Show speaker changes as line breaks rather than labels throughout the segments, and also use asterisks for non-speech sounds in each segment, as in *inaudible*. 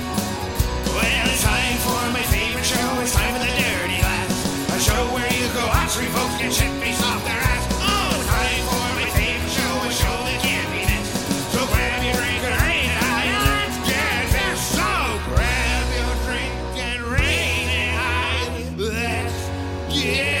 Well, it's time for my favorite show. It's time for the Dirty Laugh. A show where you go out three folks get shit faced off their ass. Oh, it's time for my favorite show. A show that can't be missed. So grab your drink and rain it high and let's get this. So grab your drink and rain it high. Let's get this.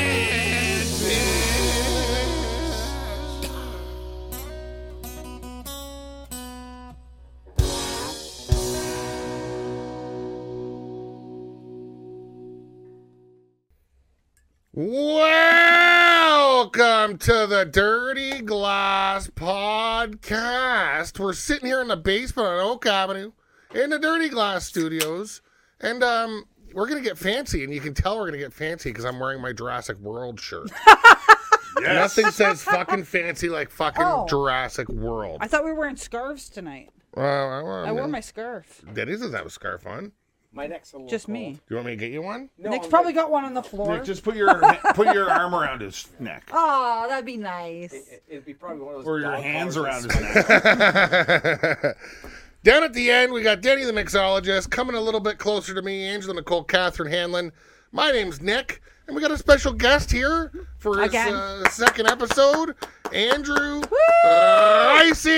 Welcome to the Dirty Glass Podcast. We're sitting here in the basement on Oak Avenue in the Dirty Glass Studios, and um, we're gonna get fancy. And you can tell we're gonna get fancy because I'm wearing my Jurassic
*laughs*
World shirt. Nothing says fucking fancy like fucking
Oh.
Jurassic World.
I thought we were wearing scarves tonight.
Well, I, well,
I wore my scarf.
That is that was scarf on. Do
My neck's a little
Just
cold.
me.
you want me to get you one?
No,
Nick's
I'm
probably
good.
got one on the floor.
Nick, just put your put your arm around his
*laughs*
neck
oh, that'd be nice.
It- It'd be probably one of those.
or your
dog
hands
collars
around
that
his neck.
Down at the end, we got Denny the mixologist coming a little bit closer to me, Angela Nicole Catherine Hanlon. My name's Nick, and we got a special guest here for his
Again.
uh, second episode, Andrew Ricey.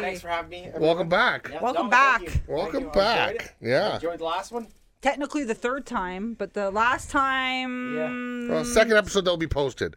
Thanks for having me. everyone.
Welcome back.
Yeah,
Welcome
no,
back.
thank you. Thank
Welcome
you. I
back.
Enjoyed it.
Yeah.
Enjoyed the last one.
Technically the third time, but the last time.
Well, second episode that'll be posted.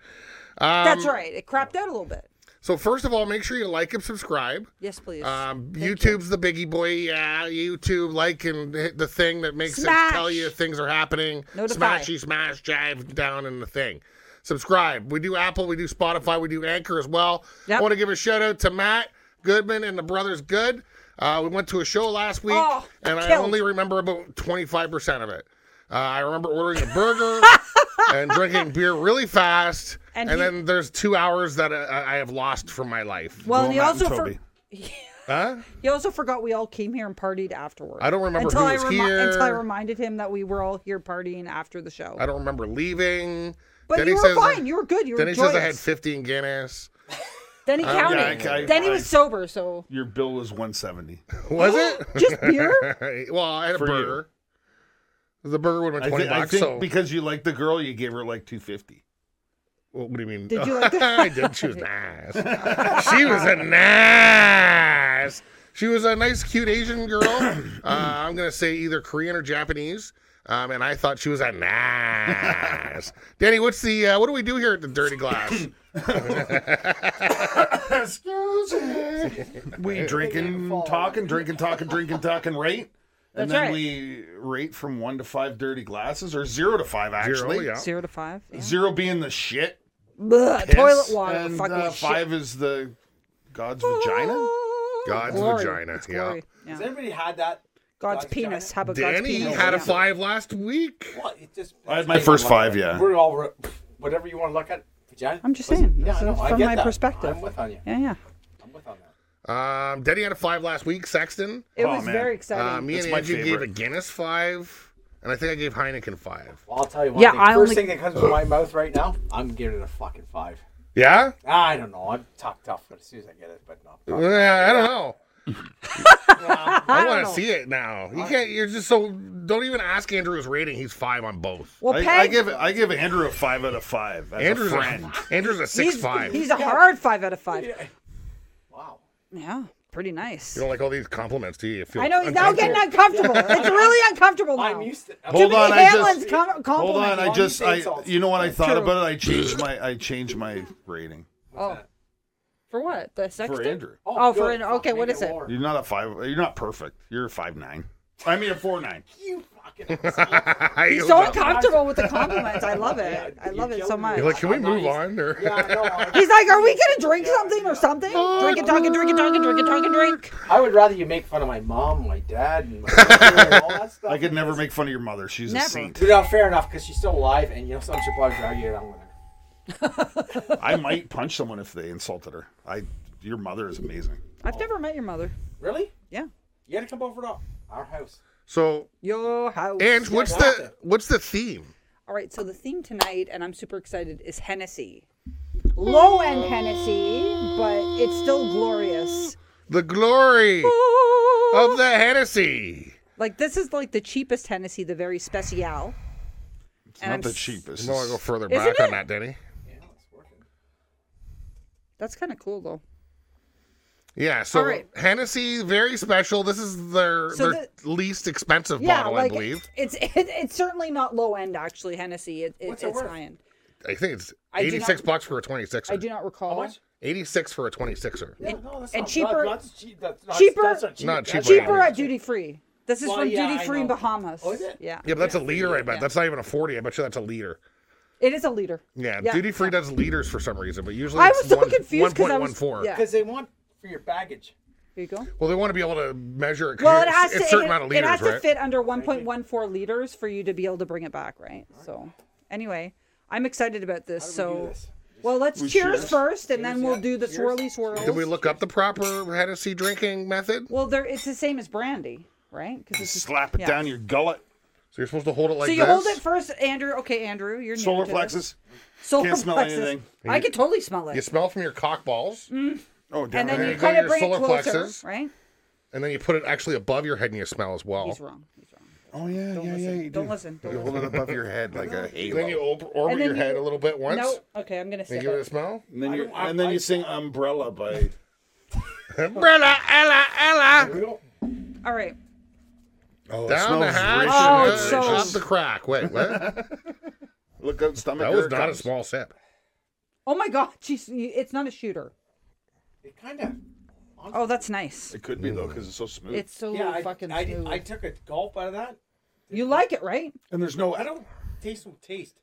Um,
That's right. It crapped out a little bit.
So first of all, make sure you like and subscribe.
Yes, please.
Um, YouTube's the biggie boy. Yeah, YouTube like and hit the thing that makes
Smash.
it tell you things are happening.
Notify.
Smashy, smash, jive down in the thing. Subscribe. We do Apple, we do Spotify, we do Anchor as well.
Yep.
I want to give a shout out to Matt Goodman and the Brothers Good. Uh, we went to a show last week,
Oh,
and I
killed.
only remember about 25% of it. Uh, I remember ordering a burger
*laughs*
and drinking beer really fast.
And
And,
he-
then there's two hours that uh, I have lost from my life.
well, and
Well,
he
Matt and
also for,
Toby.
*laughs*
Huh?
he also forgot we all came here and partied afterwards.
I don't remember
until
who
I
was
remi- Until I
here.
reminded him that we were all here partying after the show.
I don't remember leaving.
But
Then
you
he
were
says-
fine. you were good. You were
Then he says I had
joyous.
15 Guinness.
Then he counted.
yeah, I- I-
then he
I-
was sober, so
Your bill was 170.
Was it?
*laughs* just beer.
*laughs* well, I had a
For you.
burger. The burger would have
I,
been 20
thi- I
bucks.
think
so,
because you like the girl, you gave her like 250.
what, what do you mean?
Did
*laughs*
you like the-
I did. She was
*laughs*
nice. she was a nice. She was a nice, cute Asian
*coughs*
girl. Uh, I'm gonna say either Korean or Japanese. Um, and I thought she was a
*laughs*
nice. Danny, what's the uh, what do we do here at the Dirty Glass?
*coughs* Excuse me. We drink and talk and drink and talk and drink and talk and rate.
That's
And then
right.
we rate from one to five dirty glasses, or zero to five
Zero,
actually.
oh, yeah.
Zero to five. yeah.
Zero being the shit,
Blah,
piss,
toilet water.
and
fucking
uh,
shit.
five is the god's vagina.
God's
Glory.
vagina,
It's
yeah.
glory.
Has everybody had that?
God's
God's
penis.
vagina?
How about God's
Danny
penis?
had a
Yeah.
five last week.
Well, it just.
I had my first five, yeah.
We're all re- whatever you want to look at. Vagina.
I'm just
Listen,
saying,
Yeah,
that's
I know, I
from
get
my
that.
perspective.
I'm with on you.
Yeah, yeah.
I'm with on that.
Um, Denny had a five last week. Sexton.
It
Oh,
was
man.
very
Uh,
exciting.
me and
That's my
Andrew gave
favorite.
a Guinness five, and I think I gave Heineken five.
Well, I'll tell you one
Yeah,
thing.
I
First
only-
thing that comes to my mouth right now, I'm giving it a fucking five.
Yeah,
I don't know. I'm talk tough, but as soon as I get it, but no.
I don't know.
*laughs*
Yeah.
I, want to see it now. You can't. You're just so. Don't even ask Andrew his rating. He's five on both.
Well,
I,
Peg,
I give I give Andrew a five out of five. As
Andrew's
a friend.
Andrew's a six
he's,
five.
he's a hard five out of five. Yeah,
wow.
pretty nice.
you don't like all these compliments, do you? You feel
I know he's now getting
uncomfortable.
uncomfortable.
*laughs*
it's really uncomfortable now.
I'm used to.
Hold
Jimmy
on, I
Hamlin's
just-
com- compliment.
Hold on, I
Long
just I
insults.
you know what I thought
True.
about it? I changed my I changed my rating
Oh. For what? The
for
sexting?
Andrew.
Oh, for
good.
an- okay,
Make
what is it?
lower.
You're not a five. You're not perfect. You're a five nine. I mean a four nine.
You fucking. asshole.
He's so uncomfortable
*laughs*
with the compliments. I love it. I
you
love it
killed
so
me.
much.
You're like, can we
I'm not
move
used-
on? Or
yeah, I know. I-
He's like, are we gonna drink something or something? Drink it, drink it, drink it, drink it, drink it, drink it, drink.
I would rather you make fun of my mom, my dad, and
*laughs*
my brother and all that stuff.
I could never make fun of your mother. She's
Never.
a saint.
You know, fair enough, because she's still alive, and you know, some should probably drag you along with her.
I might punch someone if they insulted her. I your mother is amazing.
I've never met your mother.
Really?
Yeah.
You gotta come over to our house.
So,
Your house.
Ange, what's
Yeah,
the what's the theme?
All right, so the theme tonight, and I'm super excited, is Hennessy. Low end Hennessy, but it's still glorious.
The glory of the Hennessy.
Like this is like the cheapest Hennessy, the very special.
It's
And
not
I'm
the
s-
cheapest.
You want to go further
Isn't
back on
it?
that, Denny?
Yeah, it's working.
That's kind of cool though.
Yeah. So
All right.
Hennessy, very special. This is their
So
their least expensive bottle, I believe.
it's it, it's certainly not low end actually Hennessy. It, it,
What's
it's
it worth?
high end.
I think it's
I do
eighty six
not-
bucks for a twenty sixer.
I do not recall.
How much?
Eighty six for a er. twenty sixer.
Yeah, no, that's
and
not,
cheaper-
Not, that's cheap. That's not,
cheaper-
That's not cheap.
Not
That's
cheaper.
Cheaper
Yeah.
at duty free. This is
Well,
from
yeah,
duty
I
free in
know.
Bahamas.
Oh, is it?
Yeah.
Yeah, but that's a liter, I bet. That's not even a forty. I bet you that's a liter.
It is a liter.
Yeah,
Yeah.
duty free does liters for some reason, but usually
I
it's
was so
one-
confused 'cause I was-
1.14.
yeah.
Because they want for your baggage.
Here you go.
Well, they want to be able to measure it. 'cause
Well, it
it's-
has
it's
to
a certain
it,
amount of
it
liters,
has to
right?
fit under 1.14 liters for you to be able to bring it back, right? So, anyway, I'm excited about this.
How do
so,
we do this?
well, let's
We
cheers,
cheers?
first, and then
Cheers,
we'll
yeah.
do the
Cheers.
swirly swirls.
Did we look up the proper Hennessy drinking method?
Well, there it's the same as brandy, right? Because it's
Slap it
yeah.
down your gullet.
So you're supposed to hold it like
So you
this.
hold it first, Andrew. Okay, Andrew, you're new
Solar
to
plexus.
This. Solar
Can't smell
plexus.
anything.
I could totally smell it.
You smell from your cock balls,
Oh,
and
damn
then
it.
you
go to
kind of
your
bring it
solar
closer,
plexus.
right?
and then you put it actually above your head and you smell as well.
He's wrong. He's wrong.
Oh, yeah,
Don't
yeah, yeah.
listen.
you
don't
do.
listen. Don't
You
listen.
hold it above your head like a halo.
Then you ob- orbit
And then
your head
you-
a little bit once.
No. Okay, I'm gonna
And
sip
give it a
it.
smell.
And then, you
don't- I-
and then
I-
you sing Umbrella by.
Umbrella, Ella, Ella.
We don't.
All right.
Oh, it
Down the
smells
hatch,
rich
Oh,
and
and
it's
good.
so-
up the crack. Wait, what?
Look out, stomach.
that
here
was
it
not a
comes.
small sip.
Oh my God, *laughs* jeez, you- it's not a shooter.
It kind of.
Oh, that's nice.
It could be, though, because it's so smooth.
It's so
Yeah, I,
fucking
I,
smooth.
I took a gulp out of that.
you like it, right?
and there's no.
I don't taste no taste.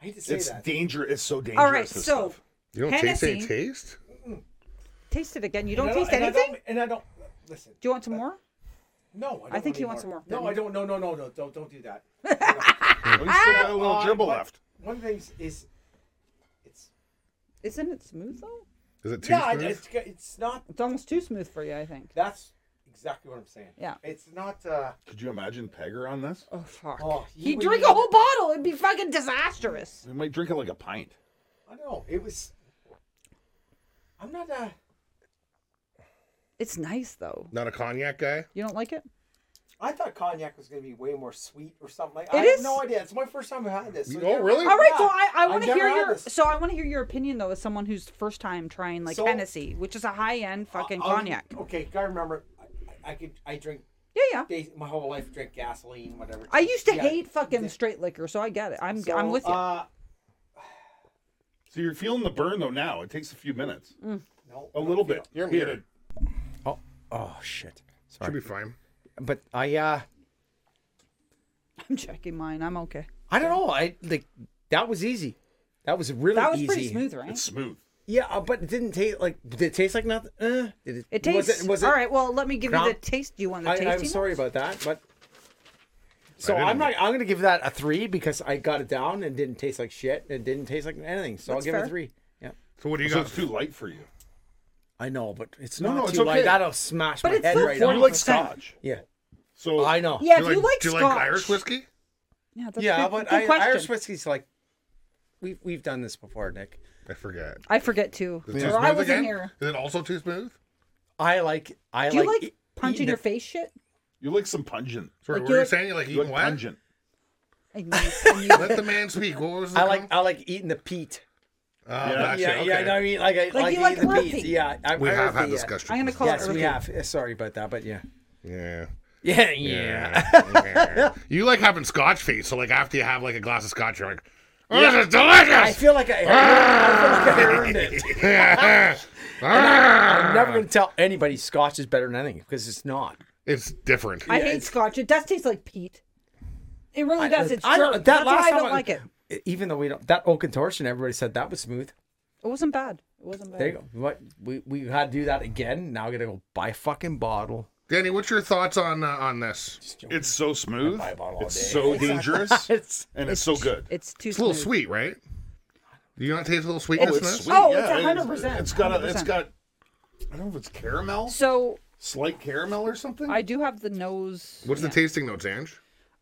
I hate to say
It's
that.
dangerous. It's so dangerous.
All right,
this
so
stuff.
You don't taste any
Hennessy.
taste?
taste it again. You
And
don't
I
taste
and I
anything. Do
And I don't. Listen.
you want some more?
No, I, don't
I
want
think he
any
wants some more.
No, I don't. No, no, no, no. Don't, don't do
*laughs*
that.
Oh, you still got a little
Uh,
dribble
but
left.
One thing is, is it's
Isn't it smooth though?
Is it too
yeah,
smooth?
it's, it's not.
It's almost too smooth for you, I think.
That's exactly what I'm saying.
Yeah.
It's not. uh
Could you imagine Pegger on this?
Oh fuck.
Oh,
he
would
drink
eat
a whole bottle. It'd be fucking disastrous.
We might drink it like a pint.
it. I know it was. I'm not uh, a.
It's nice though.
Not a cognac guy?
You don't like it?
I thought cognac was going to be way more sweet or something like.
It
I
is-
have no idea. It's my first time I've had this.
You-
so
oh,
yeah.
really?
All right, so
Yeah.
I, I
I've
want to
never
hear
had
your
this.
so I want to hear your opinion though as someone who's first time trying like
So-
Hennessy, which is a high end fucking
I'll-
cognac.
Um, Okay, gotta remember, I, I could I drink
Yeah, yeah.
days, my whole life drink gasoline, whatever.
I used to
Yeah.
hate fucking straight liquor, so I get it. I'm
So,
I'm with you.
Uh,
So you're feeling the burn though now. It takes a few minutes,
no,
a little bit.
You're
Here.
muted.
Oh, oh shit.
Should be
Sorry.
fine.
But I uh
I'm checking mine. I'm okay.
I don't know. I like that was easy. That was really
That was
easy.
pretty smooth, right?
It's smooth.
Yeah, uh, but it didn't taste like did it taste like nothing? Uh, did
It tastes
Was it, was it,
all right. Well, let me give you the
Crown?
taste. Do you want the
I,
tasting?
I'm sorry about that, but so
I didn't-
I'm not. I'm gonna give that a three because I got it down and didn't taste like shit. and It didn't taste like anything, so
That's
I'll give it
fair.
a three. Yeah,
So what do you
So
got?
it's too light for you.
I know, but it's
No,
not
no,
too
it's okay.
light. That'll smash
But
my
it's
head
still
right
You
off.
40%.
like scotch.
Yeah, Oh,
So
I know.
Yeah,
Do
if you like
do you
scotch.
like Irish whiskey?
Yeah, that's
yeah,
good,
but
good
I,
question.
Irish whiskey's like we've we've done this before, Nick.
I forget.
I forget too.
Is it too
Or I
smooth
wasn't
again?
here.
Is it also too smooth?
I like I
Do you like,
e-
punch in
eating
your
it-
face shit?
you like some pungent.
Sorry,
Like,
what
you
were you
like-
saying? You like
You like
eating what?
pungent.
I mean,
Let the man speak. What was the
I like
com-
oh,
I like eating the peat.
Oh,
Yeah,
gotcha,
Yeah, yeah,
okay.
no, I mean like I like,
you
eating
like
the
earthy.
peat. Yeah, I,
We have had
earthy,
this
yeah.
discussion.
uh, I'm gonna call
Yes,
Oh,
it.
we
earthy.
have. Yeah, Sorry about that, but yeah, *laughs*
Yeah.
yeah, yeah.
yeah. you like having scotch feet, so like after you have like a glass of scotch, you're like, oh, this is delicious.
I
*laughs*
feel like I, I feel like I earned it. I'm never gonna tell anybody Scotch is better than anything because it's not.
*laughs* it's different.
I hate scotch. It does taste like peat. It really does. It's
I
I
don't- that
That's why
last
I don't
time I-
like it.
Even though we don't, that old contortion, everybody said that was smooth.
It wasn't bad. It wasn't bad.
There you go. What we we had to do that again. Now I gotta go buy a fucking bottle. *laughs*
Danny, what's your thoughts on uh, on this? It's
It's so smooth.
buy a bottle all
It's
day.
so dangerous,
It's
and it's so good.
It's too
a little
smooth.
sweet, right? Do you not taste a little
Oh,
sweetness in
it's
this?
sweet.
Oh,
yeah,
it's 100%,
It's got a. It's
100%.
got. I don't know if it's caramel.
So
Slight caramel or something?
I do have the nose.
What's the tasting notes, Ange?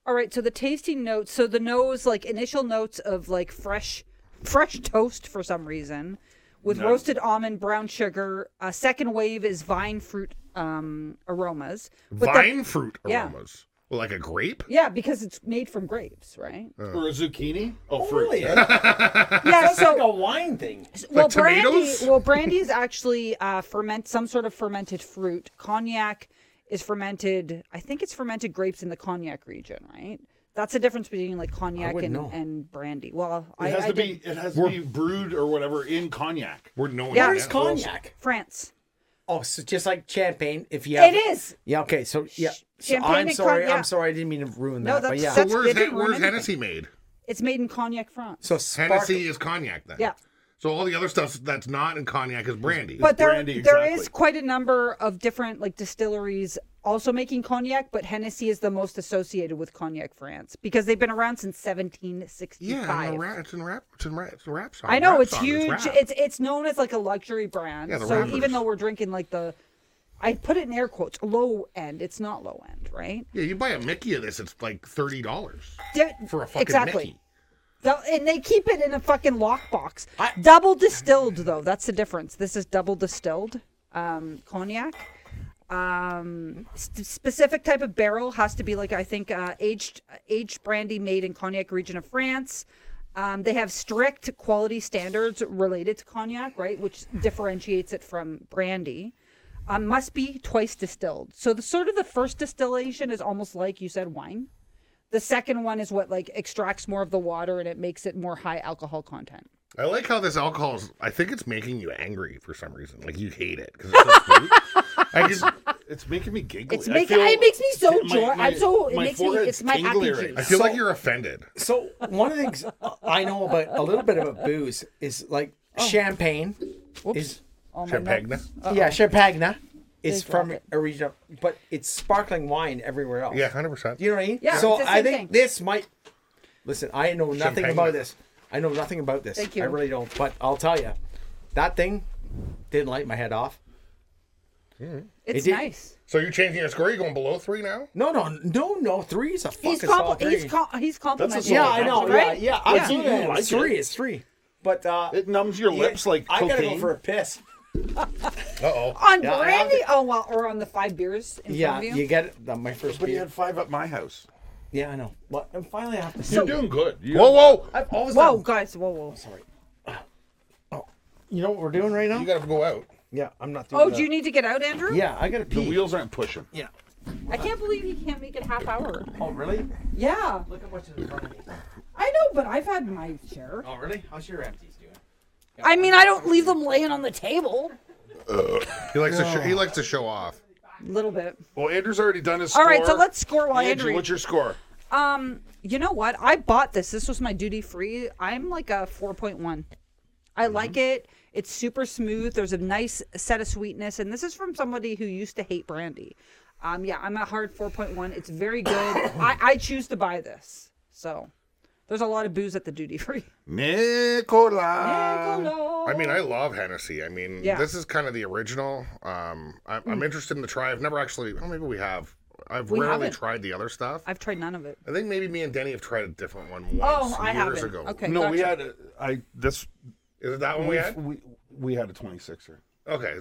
All right, so the tasting notes. So the nose, like initial notes of like fresh, fresh toast for some reason, with roasted almond, brown sugar. Uh, second wave is vine fruit um, aromas. But the-
Vine fruit
Yeah.
aromas. Well, like a grape?
yeah, because it's made from grapes, right?
or a zucchini? Oh,
Oh,
fruit.
really? That's
yeah.
*laughs*
like
*laughs*
So
a wine thing.
well, brandy.
tomatoes?
Well, brandy is actually uh, ferment some sort of fermented fruit. Cognac is fermented. I think it's fermented grapes in the cognac region, right? That's the difference between like cognac
wouldn't
and,
know.
and brandy. Well, I,
It has
I
to
did
be. It has to be brewed or whatever in cognac.
We're knowing
Yeah.
that.
Where's
Cognac.
France.
Oh, so just like champagne. If you have
It is.
Yeah. Okay. So yeah. So
Champagne
I'm
and
sorry.
cognac.
I'm sorry. I didn't mean to ruin
No,
that.
that's-
but yeah.
So
that's-
where's,
they
Hen-
didn't ruin
where's
anything.
Hennessy made?
It's made in Cognac, France.
so sparkling.
Hennessy is cognac then.
Yeah.
So all the other stuff that's not in cognac is brandy.
But there,
brandy,
there
exactly.
is quite a number of different like distilleries also making cognac, but Hennessy is the most associated with cognac France because they've been around since 1765.
yeah, I know, rap, it's in rap. It's in rap. It's a rap song.
I know
rap
it's
song,
huge.
rap.
It's it's known as like a luxury brand.
Yeah, the
so
rappers.
even though we're drinking like the, I put it in air quotes, low end. It's not low end, right?
yeah. You buy a Mickey of this, it's like thirty dollars
They're-
for a fucking
exactly.
Mickey.
Dou- And they keep it in a fucking lockbox. Double distilled, though. That's the difference. This is double distilled um, cognac. Um, st- specific type of barrel has to be like I think uh, aged aged brandy made in cognac region of France. Um, they have strict quality standards related to cognac, right, which differentiates it from brandy. Um, must be twice distilled. So the sort of the first distillation is almost like you said wine. The second one is what like extracts more of the water and it makes it more high alcohol content.
I like how this alcohol is. I think it's making you angry for some reason. Like you hate it because it's
*laughs*
so sweet. I just,
It's making me giggle.
It's making- it makes me so joy- I'm so- it makes me-
forehead's
it's my happy
tingly
juice.
I
now.
feel like you're offended.
So one of the things I know about a little bit about booze is like champagne is
Oh my
Champagne.
nuts.
yeah champagne is
They
from
drop it.
a region, of- but it's sparkling wine everywhere else.
Yeah, hundred percent.
You know what I mean?
Yeah,
So
it's the
I
same
think
thing.
this might. Listen, I know nothing
Champagne.
about this. I know nothing about this.
Thank you.
I really don't. But I'll tell you, that thing didn't light my head off.
It's
It did-
nice.
So you're changing your score. You're going below three now.
No, no, no, no. Three is a fucking
He's
solid
compl- he's
three.
com- he's complimenting.
solid
yeah,
Oh,
I know.
right?
Yeah, yeah.
Yeah.
I do
You
that.
like
It's three.
it.
It's three. But uh,
It numbs your lips like
I
cocaine.
gotta go for a piss.
Uh oh.
On
Yeah, I have
brandy,
it.
oh well, or on the five beers in
Yeah,
front of you.
you get it. That- my first
But he
beer.
had five at my house.
Yeah, I know. Well, and finally, I have to.
You're doing good. You-
Whoa, whoa.
I've always
whoa,
done-
guys, whoa, whoa.
Oh, You know what we're doing right now?
You gotta go out.
yeah, I'm not doing.
Oh,
that.
do you need to get out, Andrew?
Yeah, I gotta
The
pee.
wheels aren't pushing.
Yeah.
I can't believe he can't make it half hour.
Oh, really?
Yeah,
Look at what's in front of me.
I know, but I've had my share.
Oh, really? How's your empties doing?
I mean, I don't leave them laying on the table.
He likes to. Sh- he likes to show off.
A little bit.
Well, Andrew's already done his
All
score.
right, so let's score while
Angie,
Andrew.
what's your score?
Um, you know what? I bought this. This was my duty free. I'm like a 4.1. I like it. It's super smooth. There's a nice set of sweetness, and this is from somebody who used to hate brandy. Um, yeah, I'm a hard 4.1. It's very good. *coughs* I, I choose to buy this. So there's a lot of booze at the duty free.
Nicola.
Hello.
I mean, I love Hennessy. I mean,
Yeah. Mm.
this is kind of the original. Um, I, I'm interested in the try. I've never actually. Well, maybe we have. I've
We
rarely
haven't.
tried the other stuff.
*laughs*
i
I've tried none of it.
think maybe me and Denny have tried a different one once
Oh, I
years
haven't.
ago.
Okay.
No, we
gotcha.
had a, I this
Is it that one we
we
had?
we, we had a 26er.
*laughs*
Okay.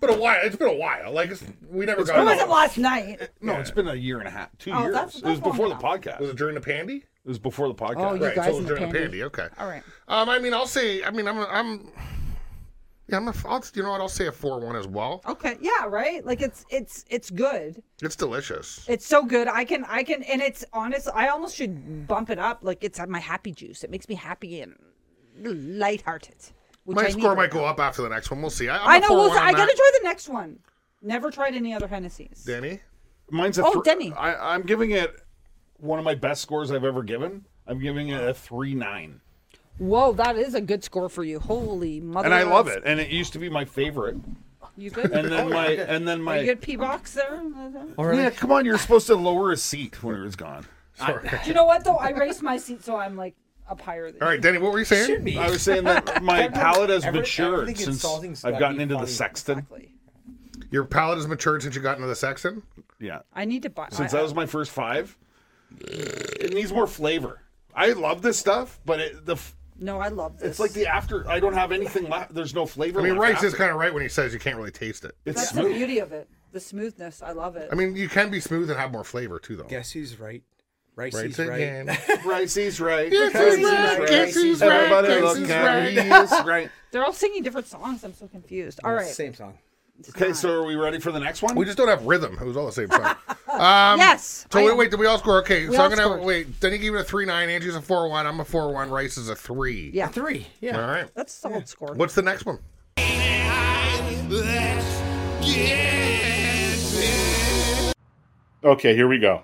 but a while. It's been a while. Like it's, we never got.
It
it
wasn't
all.
last night.
No, it's been a year and a half, two
Oh,
years.
that's-
it
that's
was before the
long
podcast.
Was it during the pandy?
It was before the podcast.
Oh, you
right.
guys
so it
in
was
the
during the
pandy.
pandy. Okay.
All right.
Um, I mean, I'll say. I mean, I'm. I'm. Yeah, I'm a. I'll, you know what? I'll say a four-one as well.
Okay. Yeah. Right. Like it's it's it's good.
It's delicious.
It's so good. I can, I can, and it's honest. I almost should bump it up. Like it's my happy juice. It makes me happy and lighthearted. Which
My
I
score
need
might
right
go
now.
up after the next one. We'll see. I, I'm
I
a
know. Well,
4-1 on
I gotta
that.
try the next one. Never tried any other Hennessy's.
Denny.
Mine's a
Oh,
thr-
Denny.
I, I'm giving it one of my best scores I've ever given. I'm giving it a three nine,
Whoa, that is a good score for you. Holy mother!
and I
of-
love it. And it used to be my favorite.
You good?
And then my and then
Are you
my
good? P box there.
yeah. Come on, you're supposed to lower a seat when it was gone.
Do you know what though? I raised my seat, so I'm like up higher. Than
All right, Denny. What were you saying?
me.
I was saying that my palate has
Every-
matured
everything
since
insulting
I've gotten
stuff
into the
funny.
sexton.
Exactly.
Your palate has matured since you got into the Sexton.
Yeah.
I need to buy.
Since
I,
that was my first five, it needs more flavor. I love this stuff, but it, the f-
no, I love this.
it's like the after. I don't have anything left. There's no flavor.
I mean,
Oh,
left
Rice
after.
is kind of right when he says you can't really taste it.
It's
That's the
smooth.
beauty of it. The smoothness. I love it.
I mean, you can be smooth and have more flavor too, though.
Guess who's right? Rice
Right,
is
say
right.
*laughs*
again.
Rice is right.
Yes,
because
he's right, yes, he's right,
Everybody
yes,
look
he's
at
right.
me, he's right.
They're all singing different songs. I'm so confused. All
Well,
right.
Same song.
Okay, so are we ready for the next one?
We just don't have rhythm. It was all the same song.
*laughs*
yes.
um, So
I
wait,
am-
wait, did we all score? Okay, so
all
I'm gonna
scored.
wait. Denny gave it a three nine. Angie's a four one. I'm a four one. Rice is a three.
Yeah.
Three.
All
Yeah.
right.
That's a solid score.
What's the next one?
Okay, here we go.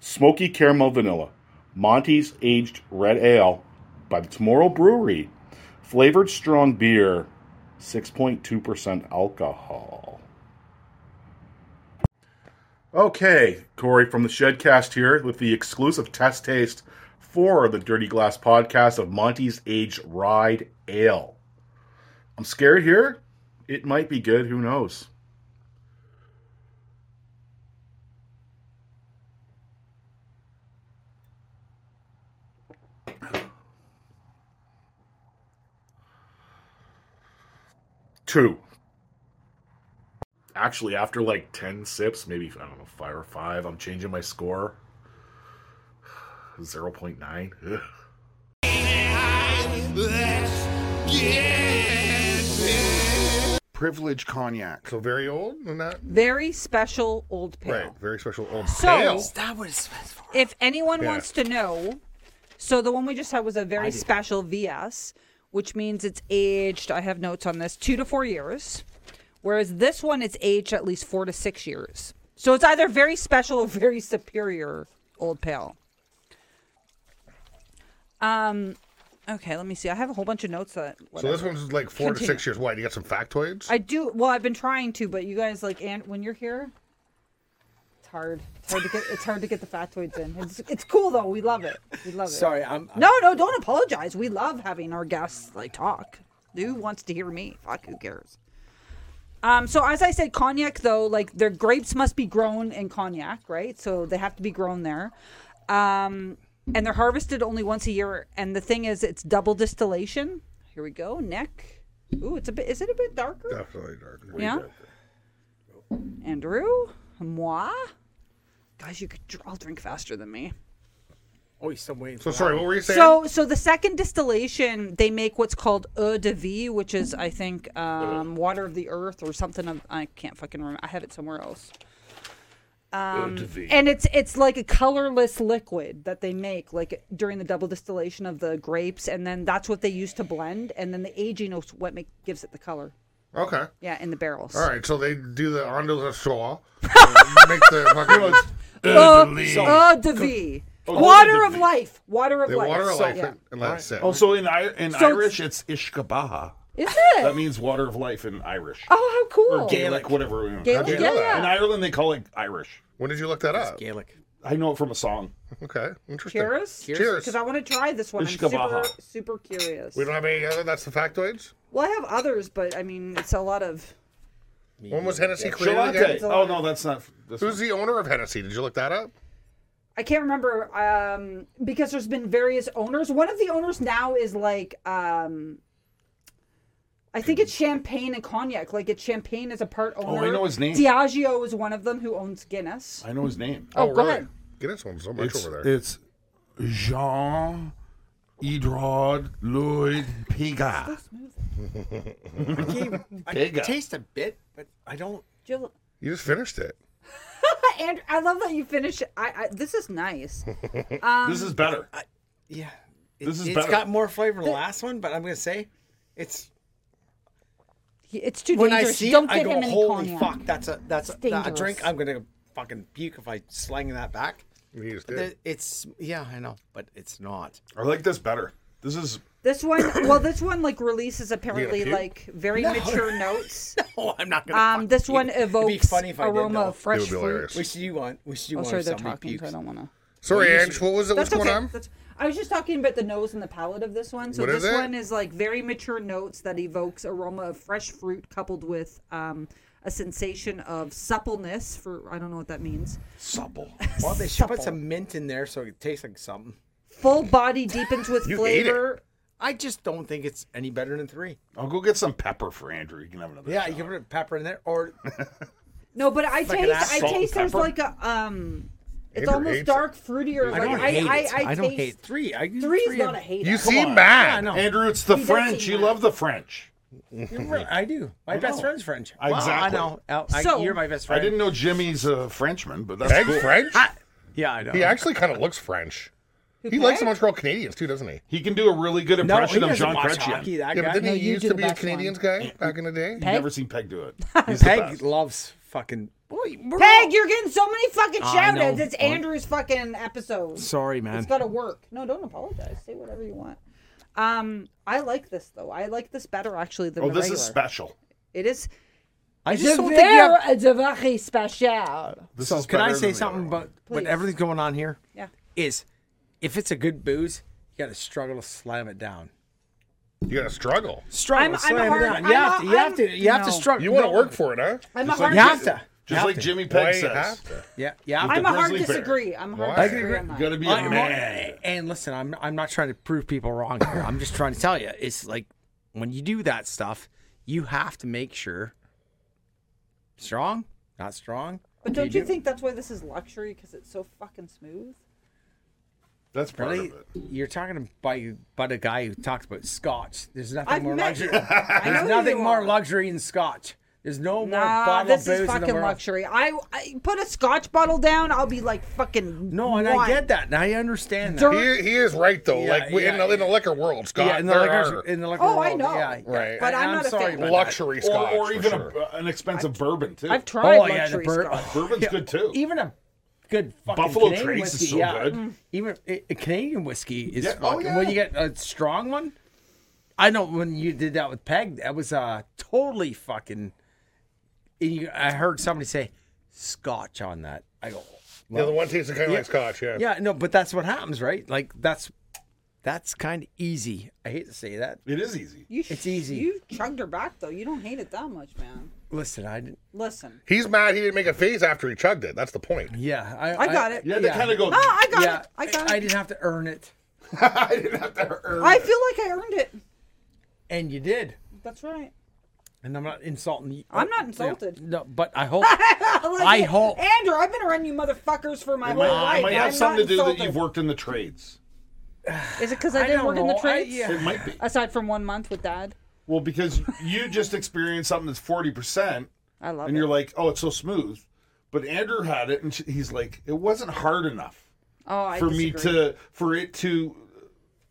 Smoky Caramel Vanilla, Monty's Aged Red Ale by the Tomorrow Brewery. Flavored strong beer, 6.2% alcohol. Okay, Corey from the Shedcast here with the exclusive test taste for the Dirty Glass podcast of Monty's Aged Ride Ale. I'm scared here. It might be good, who knows? two. Actually, after like ten sips, maybe I don't know five or five, I'm changing my score. *sighs* Zero point nine.
privilege cognac.
So very old and that.
Very special old pale.
Right. Very special Oh, old
So-
pale.
That was for.
If anyone
Yeah.
wants to know, so the one we just had was a very special VS, which means it's aged. I have notes on this two to four years, whereas this one it's aged at least four to six years. So it's either very special or very superior old pale. Um, okay, let me see. I have a whole bunch of notes that.
So this one's like four to six years. Why? Do you got some factoids?
I do. Well, I've been trying to, but you guys like, and when you're here, it's hard. It's hard to get. It's hard to get the factoids in. It's, it's cool though. We love it. We love it.
Sorry, I'm. I'm
No, no, don't apologize. We love having our guests like talk. Who wants to hear me? Fuck, who cares? Um, so as I said, cognac though, like their grapes must be grown in cognac, right? So they have to be grown there. Um, and they're harvested only once a year. And the thing is, it's double distillation. Here we go, Nick. Ooh, it's a bit. Is it a bit darker?
Definitely darker.
Yeah. Andrew, moi. Guys, you could dr- all drink faster than me.
Oh, he's still waiting.
So
For
sorry, what were you saying?
So, so the second distillation, they make what's called eau de vie, which is, I think, um, water of the earth or something. Of, I can't fucking remember. I have it somewhere else. Um, And it's it's like a colorless liquid that they make, like during the double distillation of the grapes, and then that's what they use to blend, and then the aging is what make, gives it the color.
okay.
Yeah, in the barrels.
All right. So they do the Ando
*laughs*
the Shaw. uh, make the fucking.
Eau, eau de vie,
Oh,
water of life, water of
They
life.
water a life
yeah.
and- and let it sit.
Oh,
Also Oh, in I- in
So-
Irish, it's ishkabaha.
Is
That
it?
means water of life in Irish
Oh, how cool!
or Gaelic, whatever. we want.
Gaelic,
How'd you
yeah,
know that?
In
yeah.
Ireland, they call it Irish.
When did you look that up?
Gaelic.
I know it from a song.
Okay. Interesting.
Cheers.
Cheers.
Because I want to try this one. I'm super,
Ishkabaha.
super curious.
We don't have any other. That's the factoids.
Well, I have others, but I mean, it's a lot of.
When was Hennessy created?
Gelate.
Again?
Oh no, that's not. This
Who's the owner of Hennessy? Did you look that up?
I can't remember um, because there's been various owners. One of the owners now is like, um, I think it's Champagne and Cognac. Like, it's Champagne is a part owner.
Oh, I know his name.
Diageo is one of them who owns Guinness.
I know his name.
Oh, go
really?
ahead.
Guinness owns so much
It's,
over there.
it's Jean Edrod Lloyd Piga.
I can't. I
Big up.
taste a bit, but I don't.
Jill-
you just finished it.
*laughs* And I love that you finish. I, I this is
*laughs*
nice.
This is better.
Yeah. It,
This is
it's
better.
got more flavor than the last one, but I'm gonna say, it's
He- It's too
when I
dangerous.
see
Don't
it,
get
I go,
him any
holy
cognac.
fuck, that's a that's a, a
dangerous.
drink. I'm gonna fucking puke if I slang that back.
You just did.
Th- It's yeah, I know, but it's not. *laughs*
I like this better. This is
This one, well, this one like releases apparently
puke?
like very mature
*laughs*
notes.
Oh, I'm not gonna.
Um,
fucking
this
eat
one
it. It'd be
evokes
funny if I did,
aroma
though.
of fresh
It would be
fruit.
hilarious.
Which do you want? Which do
Oh,
you want?
sorry,
if
they're
somebody
talking, so I
pukes?
don't want to.
Sorry, Ange. What was it? What's
That's
going
okay.
on?
That's, I was just talking about the nose and the palate of this one. So
What is
this
it?
one is like very mature notes that evokes aroma of fresh fruit coupled with um, a sensation of suppleness for I don't know what that means. *laughs*
Supple.
Well, they should put
Supple.
some mint in there so it tastes like something.
Full body deepens
*laughs*
with
You hate it.
flavor.
I just don't think it's any better than three.
I'll go get some pepper for Andrew. You can have another.
Yeah, you
shot.
can put pepper in there, or
No, but I
like an
taste I
salt and
taste there's
pepper.
like a um it's
Andrew hates
almost
it.
dark fruity or
I
like
don't
I
hate
I,
it.
I,
don't
taste
hate three. I use
three's
three
not
in-
a
*laughs*
hater.
You
Come on.
seem
Yeah, I
mad.
know.
Andrew, it's the
He does
French.
seem
You
mad.
love the French.
You're right, I do. My best friend's French.
I-
I
exactly.
know. Al- I,
So-
you're my best
I
friend.
didn't know Jimmy's a Frenchman, but that's
Peg
cool.
French?
Yeah, I know.
He actually kind of looks French. He likes the Montreal Canadians too, doesn't he?
He can do a really good
no,
impression
he
of
doesn't
John
watch
Chrétien.
hockey. That
Yeah, but
guy.
didn't
No,
he
you
used
do
to
the
be a
best one.
Canadians guy back in the day?
You've never seen Peg do it. He's the
Peg
best.
loves fucking. Boy, we're all-
Peg, you're getting so many fucking
I
shout outs.
know.
It's Andrew's fucking episode.
Sorry, man.
It's gotta work. No, don't apologize. Say whatever you want. Um, I like this though. I like this better actually than
Oh,
the
this
regular.
is special.
It is.
I just don't think you have-
very special.
This
so
is
can I
better
say
than the other
something
one.
about what
Please.
everything's going on here?
Yeah.
Is if it's a good booze, you gotta struggle to slam it down.
You gotta struggle.
Struggle,
I'm- I'm
slam
hard-
it down.
I'm
You have
a-
to, you have
I'm-
to, you have to
no.
struggle.
You want to
No.
work for it, huh?
I'm a
Just
hard.
You have to. You
Just
have
like
to.
Jimmy
Why
Peg
you
says.
have to?
Yeah, yeah.
I'm
the
a hard
grizzly bear.
disagree. I'm a hard
Why?
disagree on that.
Gotta be
I-
a man.
And listen, I'm I'm not trying to prove people wrong here. I'm just trying to tell you, it's like when you do that stuff, you have to make sure strong, not strong.
But
what
don't
do
you,
do?
think that's why this is luxury? Because it's so fucking smooth.
That's part
really?
of it.
You're talking about about a guy who talks about scotch. There's nothing
I've
more
met you.
luxury.
I know
*laughs* There's
you
nothing more
are.
luxury than scotch. There's no more
Nah,
bottle
this
booze
is
in the
fucking
world.
luxury. I, I put a scotch bottle down, I'll be like fucking.
No, and I
wine.
get that, and I understand that.
Dirt-
He, he is right though.
Yeah,
like we- in,
yeah,
the, in the liquor world, Scott,
yeah, in the
there
liquor,
are
in the liquor
Oh, I
world,
know.
yeah, yeah.
Right.
But I'm
I'm
not
sorry
a
about
fan.
that.
luxury
Or,
Scotch,
or
for
even
sure.
a, an expensive bourbon too.
I've tried
Oh,
luxury
yeah, the bur- *laughs*
scotch.
Bourbon's good too.
even a good fucking
Buffalo
Canadian
Trace is
whiskey,
so
yeah.
good.
Mm. Even a, a Canadian whiskey is
Yeah, oh,
fucking,
yeah.
when you get a strong one. I know when you did that with Peg, that was uh, totally fucking. and you- I heard somebody say scotch on that. I go,
Yeah, the one tasted kind of like Scotch. Yeah.
yeah, no, but that's what happens, right? Like that's that's kind of easy. I hate to say that.
It is easy.
You sh-
It's easy.
You chugged her back though. You don't hate it that much, man.
Listen, I didn't.
Listen,
He's mad he didn't make a face after he chugged it. That's the point.
Yeah, I,
I got it.
Yeah, they kind of go.
Oh, I got
Um, yeah,
it. I got
I
it.
didn't have to earn it,
I didn't have to earn.
I
it.
feel like I earned it.
and you did.
That's right. *laughs*
And I'm not insulting you.
I'm not insulted.
No, but I
*laughs*
hope
Listen,
I hope-
Andrew, I've been around you motherfuckers for my
It
whole
might,
life.
it might have
I'm
something to
not
do that
insulted.
you've worked in the trades.
Is it because I didn't
don't
work in the
know. I-
trades?
yeah.
It might be.
Aside from one month with dad,
Well, because you just experienced something that's forty percent,
I love it.
and you're like, "Oh, it's so smooth," but Andrew had it, and sh- he's like, "It wasn't hard enough
oh, I
for me
disagree.
to for it to,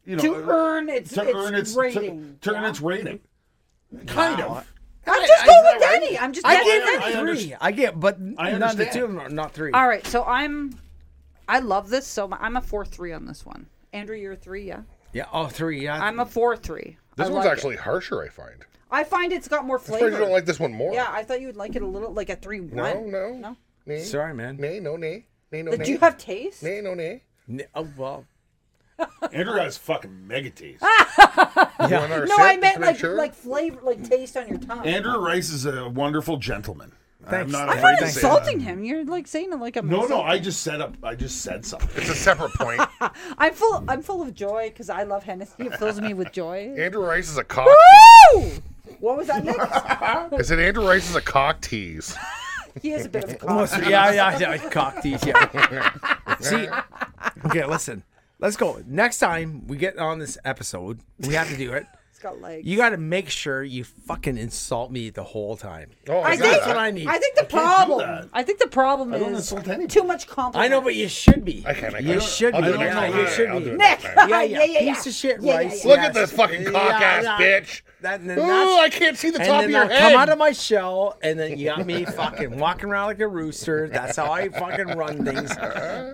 you know,
to earn its,
to
its,
earn its to
rating.
turn
yeah?
its rating."
*laughs*
Kind of.
I'm just
I-
going
I-
with Danny. I'm just.
I
Danny,
get
I-
Danny.
that
I
three.
understand.
I get, but
I
not the
understand.
two, of them, not three.
All right, so I'm. I love this so much. I'm a four three on this one. Andrew, you're a three, yeah.
Yeah, all three. Yeah,
I'm a four three.
This
I
one's
like it.
actually harsher, I find.
I find it's got more
I you
flavor.
don't like this one more.
yeah, I thought you would like it a little, like a three
No,
one.
no,
No.
Nay,
sorry, man.
nay, no, nay, nay, no,
Did you
nay,
have taste?
nay, no, nay.
N- Oh
*laughs*
well,
Andrew has fucking mega taste.
Ah!
Yeah.
No, I meant like like flavor, like taste on your tongue.
Andrew Rice is a wonderful gentleman.
Thanks.
I'm not
I'm
I'm
afraid
not
to say
insulting
that.
him. You're like saying it like I'm.
No, no,
insulting-
I just set up. I just said something.
It's a separate point.
I'm full. I'm full of joy because I love Hennessy. It fills me with
*laughs*
joy.
Andrew Rice is a cock.
Woo! What was that next?
I said Andrew Rice is a cock tease.
he is a
*laughs*
bit of a cock.
Almost, yeah, yeah, yeah. Cock teeth. Yeah.
*laughs*
See, okay, listen. Let's go. Next time we get on this episode, we have to do it.
He's got legs.
You got to make sure you fucking insult me the whole time.
Oh, I
I
got
think,
That's what I need.
I think the
can't do
problem.
that.
I think the problem
I don't
is
insult anybody.
too much compliment.
I know, but you should be.
I can't. I
You
can't.
should
I'll
be.
do it next
Yeah,
time.
you
Alright,
should
I'll
be.
do
Nick.
it next time.
yeah, *laughs*
yeah,
yeah,
yeah.
piece of shit,
Yeah, yeah,
Rice.
yeah.
Look
yes.
at this fucking
Yeah,
cock ass
yeah.
bitch.
That, and then
Ooh,
that's-
I can't see the
and
top
then
of your
I'll
head.
come out of my shell, and then you got me fucking walking around like a rooster. That's how I fucking run things.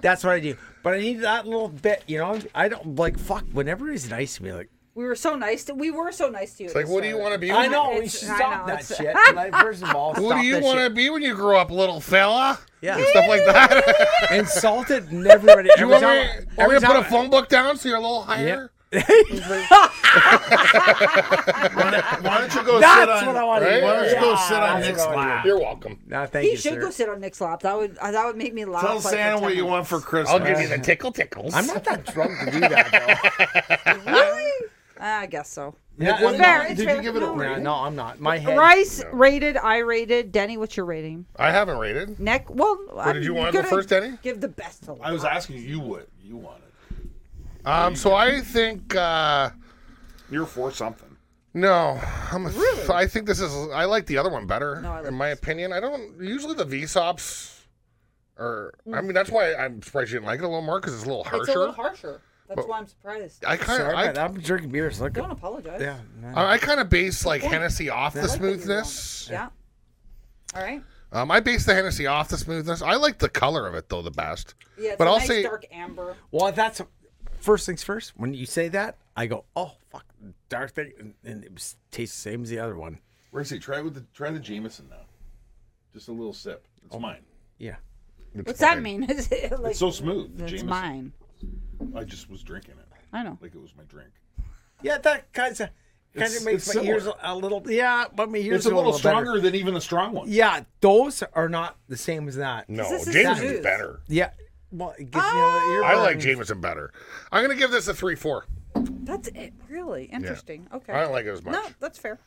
That's what I do. But I need that little bit, you know. I don't like fuck. When everybody's nice to me, like
We were so nice. To, we were so nice to you.
It's like, what do you want to be?
I
When
know we
It's-
should
I
stop
know,
that
it's-
*laughs* shit. Like, first of all,
you-
stop
What do you
that
want to
shit.
be when you grow up, little fella?
Yeah.
And stuff like that. *laughs*
Insulted and everybody.
you
every
want me,
time-
want me
every
to put
time
a phone book down so you're a little higher?
Why don't you go sit
That's
on?
what I want to
Why
hear.
don't you go
Yeah,
sit on
that's
Nick's
what I wanna
lap?
hear.
You're welcome.
No, thank
He
you,
should
sir.
go sit on Nick's lap. That would uh, that would make me laugh.
Tell
like, for
Santa
10
what you
minutes.
want for Christmas.
I'll give you the tickle tickles.
I'm not that drunk to do that,
Really? Ah, I guess so.
though. yeah,
Well,
It's fair,
no,
it's
Did
fair.
you give it
No.
no,
a rating?
no, I'm not. My head.
Rice rated, I rated. Denny, what's your rating?
I haven't rated.
Neck. Well, what
did you wanna go first, Denny?
Give the best to
I was
Locke.
asking you, you what you wanted.
Um, so I think uh,
You're for something.
no, I'm a really? I think this is. I like the other one better.
No, I like
in my opinion, I don't usually the VSOPs. Or I mean, that's why I'm surprised you didn't like it a little more because it's a little harsher.
It's a little harsher. That's why I'm surprised.
I kind of
Sorry,
I,
but I'm drinking beer. So
Don't
look,
apologize.
yeah,
I, kind of base like Hennessy off the
like what you want.
smoothness.
Yeah. All right.
Um, I base the Hennessy off the smoothness. I like the color of it though the best.
Yeah, it's
but
a
i I'll
nice
say
dark amber.
Well, that's first things first. When you say that, I go, "Oh fuck, dark thing," and, and it was, tastes the same as the other one.
Rixie, try with the try the Jameson now. Just a little sip. It's mine.
Yeah,
What's that mean? *laughs* Is it like
It's so smooth. The
it's
Jameson.
mine?
I just was drinking it
I know.
like it was my drink.
yeah, that kind of kind
It's-
of makes
it's
my ears
similar.
a little. Yeah, but my ears
It's a
go
little
better.
stronger than even the strong one.
Yeah, those are not the same as that.
no,
this is
Jameson's
smooth.
better.
Yeah, well, it gives me a little ear
I like
burn.
Jameson better. I'm gonna give this a three four.
That's it. Really interesting. Okay.
I don't like it as much.
No, that's fair.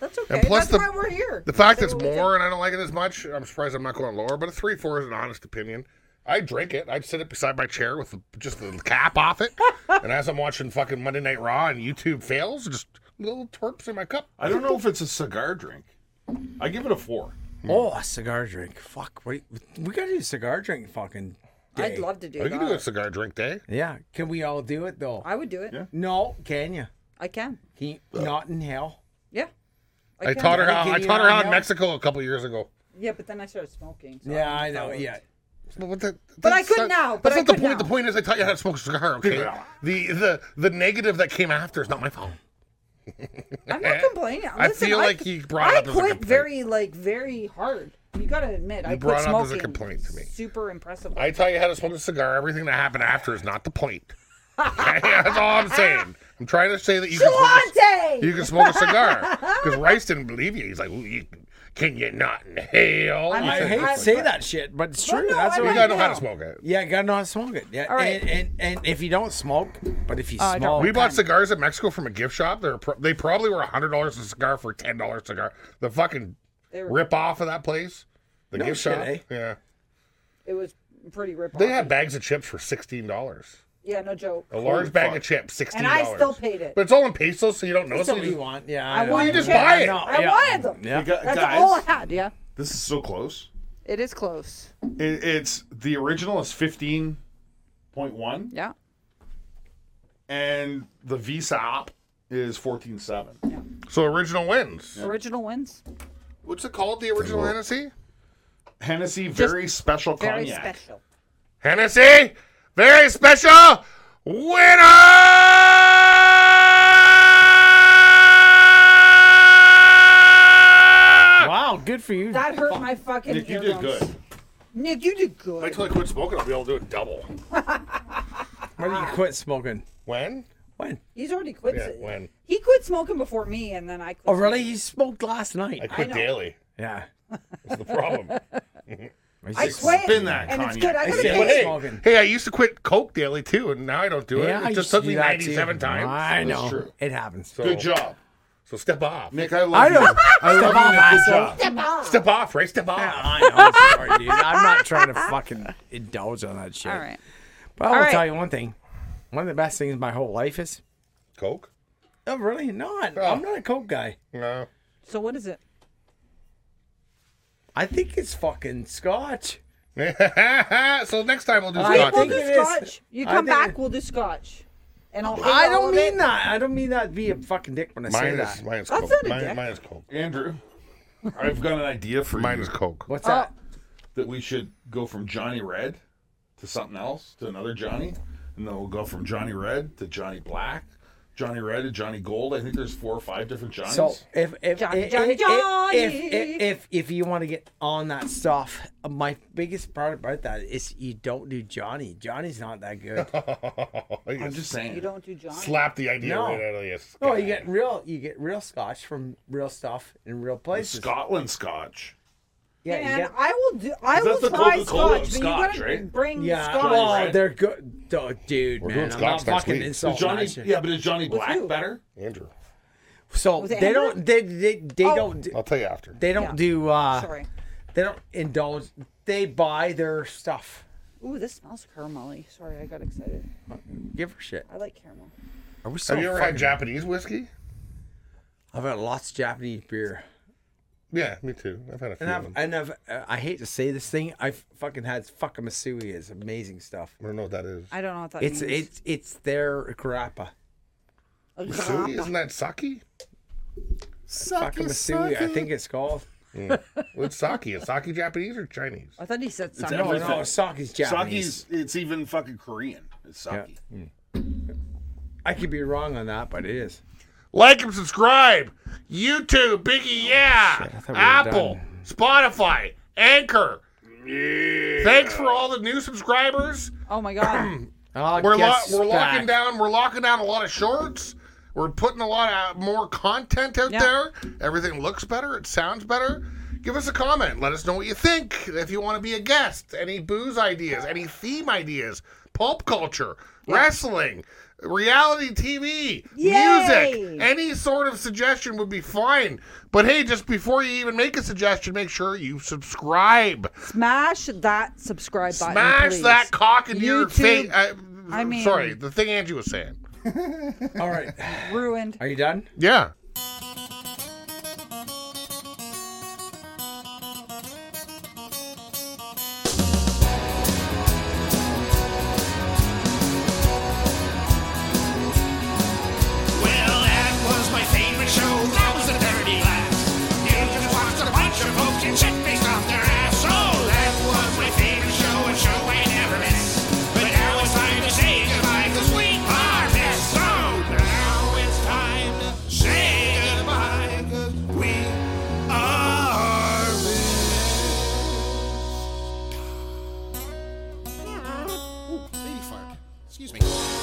That's okay.
plus
that's
the-
why we're here.
The fact
So
it's
we can-
more and I don't like it as much, I'm surprised I'm not going lower, but a 3 4 is an honest opinion. I drink it. I'd sit it beside my chair with just the cap
*laughs*
off it. and as I'm watching fucking Monday Night Raw and YouTube fails, just little twerps in my cup.
I don't know if it's a cigar drink. I give it a four.
Oh, a cigar drink. Fuck, wait, we gotta do a cigar drink. Fucking. Day.
I'd love to do
I
that.
Oh, can do a cigar drink day.
Yeah, can we all do it though?
I would do it.
no, can you?
I can.
Can you? Not in hell.
Yeah.
I
can.
taught her
Can
how.
you
I taught her how
not
in
know?
Mexico a couple years ago.
Yeah, but then I started smoking. So
Yeah, I
don't
know.
if that
Yeah.
works.
But, what the-
But I
that's
could
not-
now, but
That's
I
not the
could
point.
now.
The point is, I taught you how to smoke a cigar. Okay. the the the negative that came after is not my fault.
I'm
*laughs*
not complaining.
I
Listen,
feel
I,
like you brought it
I
up as a
quit
complaint.
very, like, very hard. You gotta admit, I
brought
quit
it
smoking.
up as a complaint to me.
Super impressive.
I tell you how to smoke a cigar. Everything that happened after is not the point. Okay? *laughs* That's all I'm saying. I'm trying to say that you can smoke a,
Javante!
you can smoke a cigar because Rice didn't believe you. He's like, "Ooh, you, can you not inhale?
I'm
You
not-
I
said,
hate
I-
to say that shit, but it's
Well,
true.
no,
That's
I
what
you
like
gotta know how
no.
to smoke it.
Yeah, you gotta know how to smoke it. Yeah,
All right. Oh,
and, and and if you don't smoke, but if you
I don't.
smoke,
We bought cigars at Mexico from a gift shop. They were pro- they probably were hundred dollars a cigar for a ten dollar cigar. The fucking
They were-
rip off of that place, the
No
gift
shit,
shop.
eh?
Yeah,
It was pretty rip
they had bags of chips for sixteen dollars.
Yeah, no joke.
A large bag of chips, sixteen
And
dollars.
I still paid it.
But it's all in pesos, so you don't know.
that's
So
what we
you,
want. Yeah,
I
know.
want
you just
chips.
buy it.
No,
I
yeah.
wanted them.
You got-
That's
guys,
all I had, yeah.
this is so close.
It is close.
It, it's the original is fifteen point one,
Yeah.
and the VSOP is fourteen seven.
so original wins.
Original wins.
What's it called? The original Hennessy?
Hennessy, very special
Very
cognac.
special.
Hennessy, very special winner!
Wow, good for you.
That hurt my fucking
Nick, you did
eardrums.
good.
Nick, you did
Wait
good.
till I quit smoking, I'll be able to do it double.
Why did you quit smoking?
When?
When?
He's already quit.
Yeah, when?
He quit smoking before me, and then I quit.
Oh, really? He smoked last night.
I quit
know.
daily.
yeah.
That's the problem.
I quit.
Spin that
and it's
cognac.
good. I
I
gotta
said,
get
but hey,
Smoking.
hey, I used to quit Coke daily too, and now I don't do it.
Yeah, I
it
used
just
to
took
do
me
that
97
too.
times.
I
That's
know.
true.
It happens.
So,
Good job,
So step off.
Nick. I love
I
you.
know.
I
Stop,
love you. Nick. Good
asshole.
job.
Step off, right? Step off.
I know. I'm sorry, dude. I'm not trying to fucking indulge on that shit.
All right.
But I'll
right.
tell you one thing. One of the best things in my whole life is.
Coke?
Oh, really? Not. I'm not a coke guy.
No. *laughs*
So what is it?
I think it's fucking scotch.
so next time we'll do
I
scotch.
We'll
think
do
it is.
scotch. You
I
come
think
back,
it-
we'll do scotch. And I'll. hate
I
all
don't
of
mean
it.
that. I don't mean that to be a fucking dick when I say
Mine
that.
is, mine is
That's
Coke.
not a
Mine,
dick.
mine is Coke.
Andrew. I've got an idea for
Mine
you
is *laughs* Coke.
What's
Oh.
that?
that we should go from Johnny Red to something else to another Johnny, and then we'll go from Johnny Red to Johnny Black, Johnny Red and Johnny Gold. I think there's four or five different Johnnies.
So if if
Johnny,
if,
Johnny,
if,
Johnny.
If, if, if if you want to get on that stuff, my biggest part about that is you don't do Johnny. Johnny's not
*laughs*
that good.
I'm just saying.
You don't do Johnny.
Slap the idea
No.
right out of you.
no, you get real you get real Scotch from real stuff in real places.
Scotland Scotch.
Yeah, you
Man,
get,
I will do. I
Is
will
that the
try
Coca-Cola
scotch,
of
but you
Scotch,
gotta
right?
bring
yeah.
scotch.
Oh, they're good, oh, dude.
We're
man,
doing
I'm
Scotch
not
next
fucking
week.
Is
insulting
Johnny,
that shit.
yeah, but is Johnny Black
who?
better?
Andrew,
So
Was it
they
Andrew?
don't they they, they
Oh.
don't do-
I'll tell you after.
they don't
Yeah.
do uh
Sorry.
they don't indulge. They buy their stuff.
Ooh, this smells caramelly. Sorry, I got excited.
Give her shit.
I like caramel.
Are we so
Have you ever
fucking-
had Japanese whiskey?
I've had lots of Japanese beer.
Yeah, me too. I've had a few.
And
of
I've,
them. I
and I've, uh, I hate to say this thing, I've fucking had fucking Masui is amazing stuff.
don't know what that is.
I don't know what that
It's
means.
it's it's their grappa.
Missouri, isn't that sake?
Fucking Masui, I think it's called.
What's sake? Is sake Japanese or Chinese?
I thought he said something.
No,
everything.
no, sake's Japanese.
Sake's, it's even fucking Korean. It's sake.
I could be wrong on that, but it is.
Like and subscribe. YouTube, Biggie, yeah.
thought we were
Apple,
done.
Spotify, Anchor. Thanks for all the new subscribers.
Oh my god.
*clears throat* I'll
We're lo-
guess
we're
back.
locking down. We're locking down a lot of shorts. We're putting a lot of more content out
Yeah.
there. Everything looks better. It sounds better. Give us a comment. Let us know what you think. If you want to be a guest, any booze ideas, any theme ideas, pulp culture, wrestling, reality TV,
Yay!
music, any sort of suggestion would be fine. But hey, just before you even make a suggestion, make sure you subscribe.
Smash that subscribe button.
Smash
please.
that cock into your
YouTube-
face. I,
I mean-
sorry, the thing Angie was saying.
All right.
Ruined.
Are you done?
Yeah.
Well, that was my favorite show. That was the Dirty Laps. You just watched a bunch of folks get shit faced off their ass. Oh, that was my favorite show, a show I never miss. But now it's time to say goodbye, cause we are missed. So now it's time to say goodbye, cause we are missed. Ooh, lady fart. Excuse me.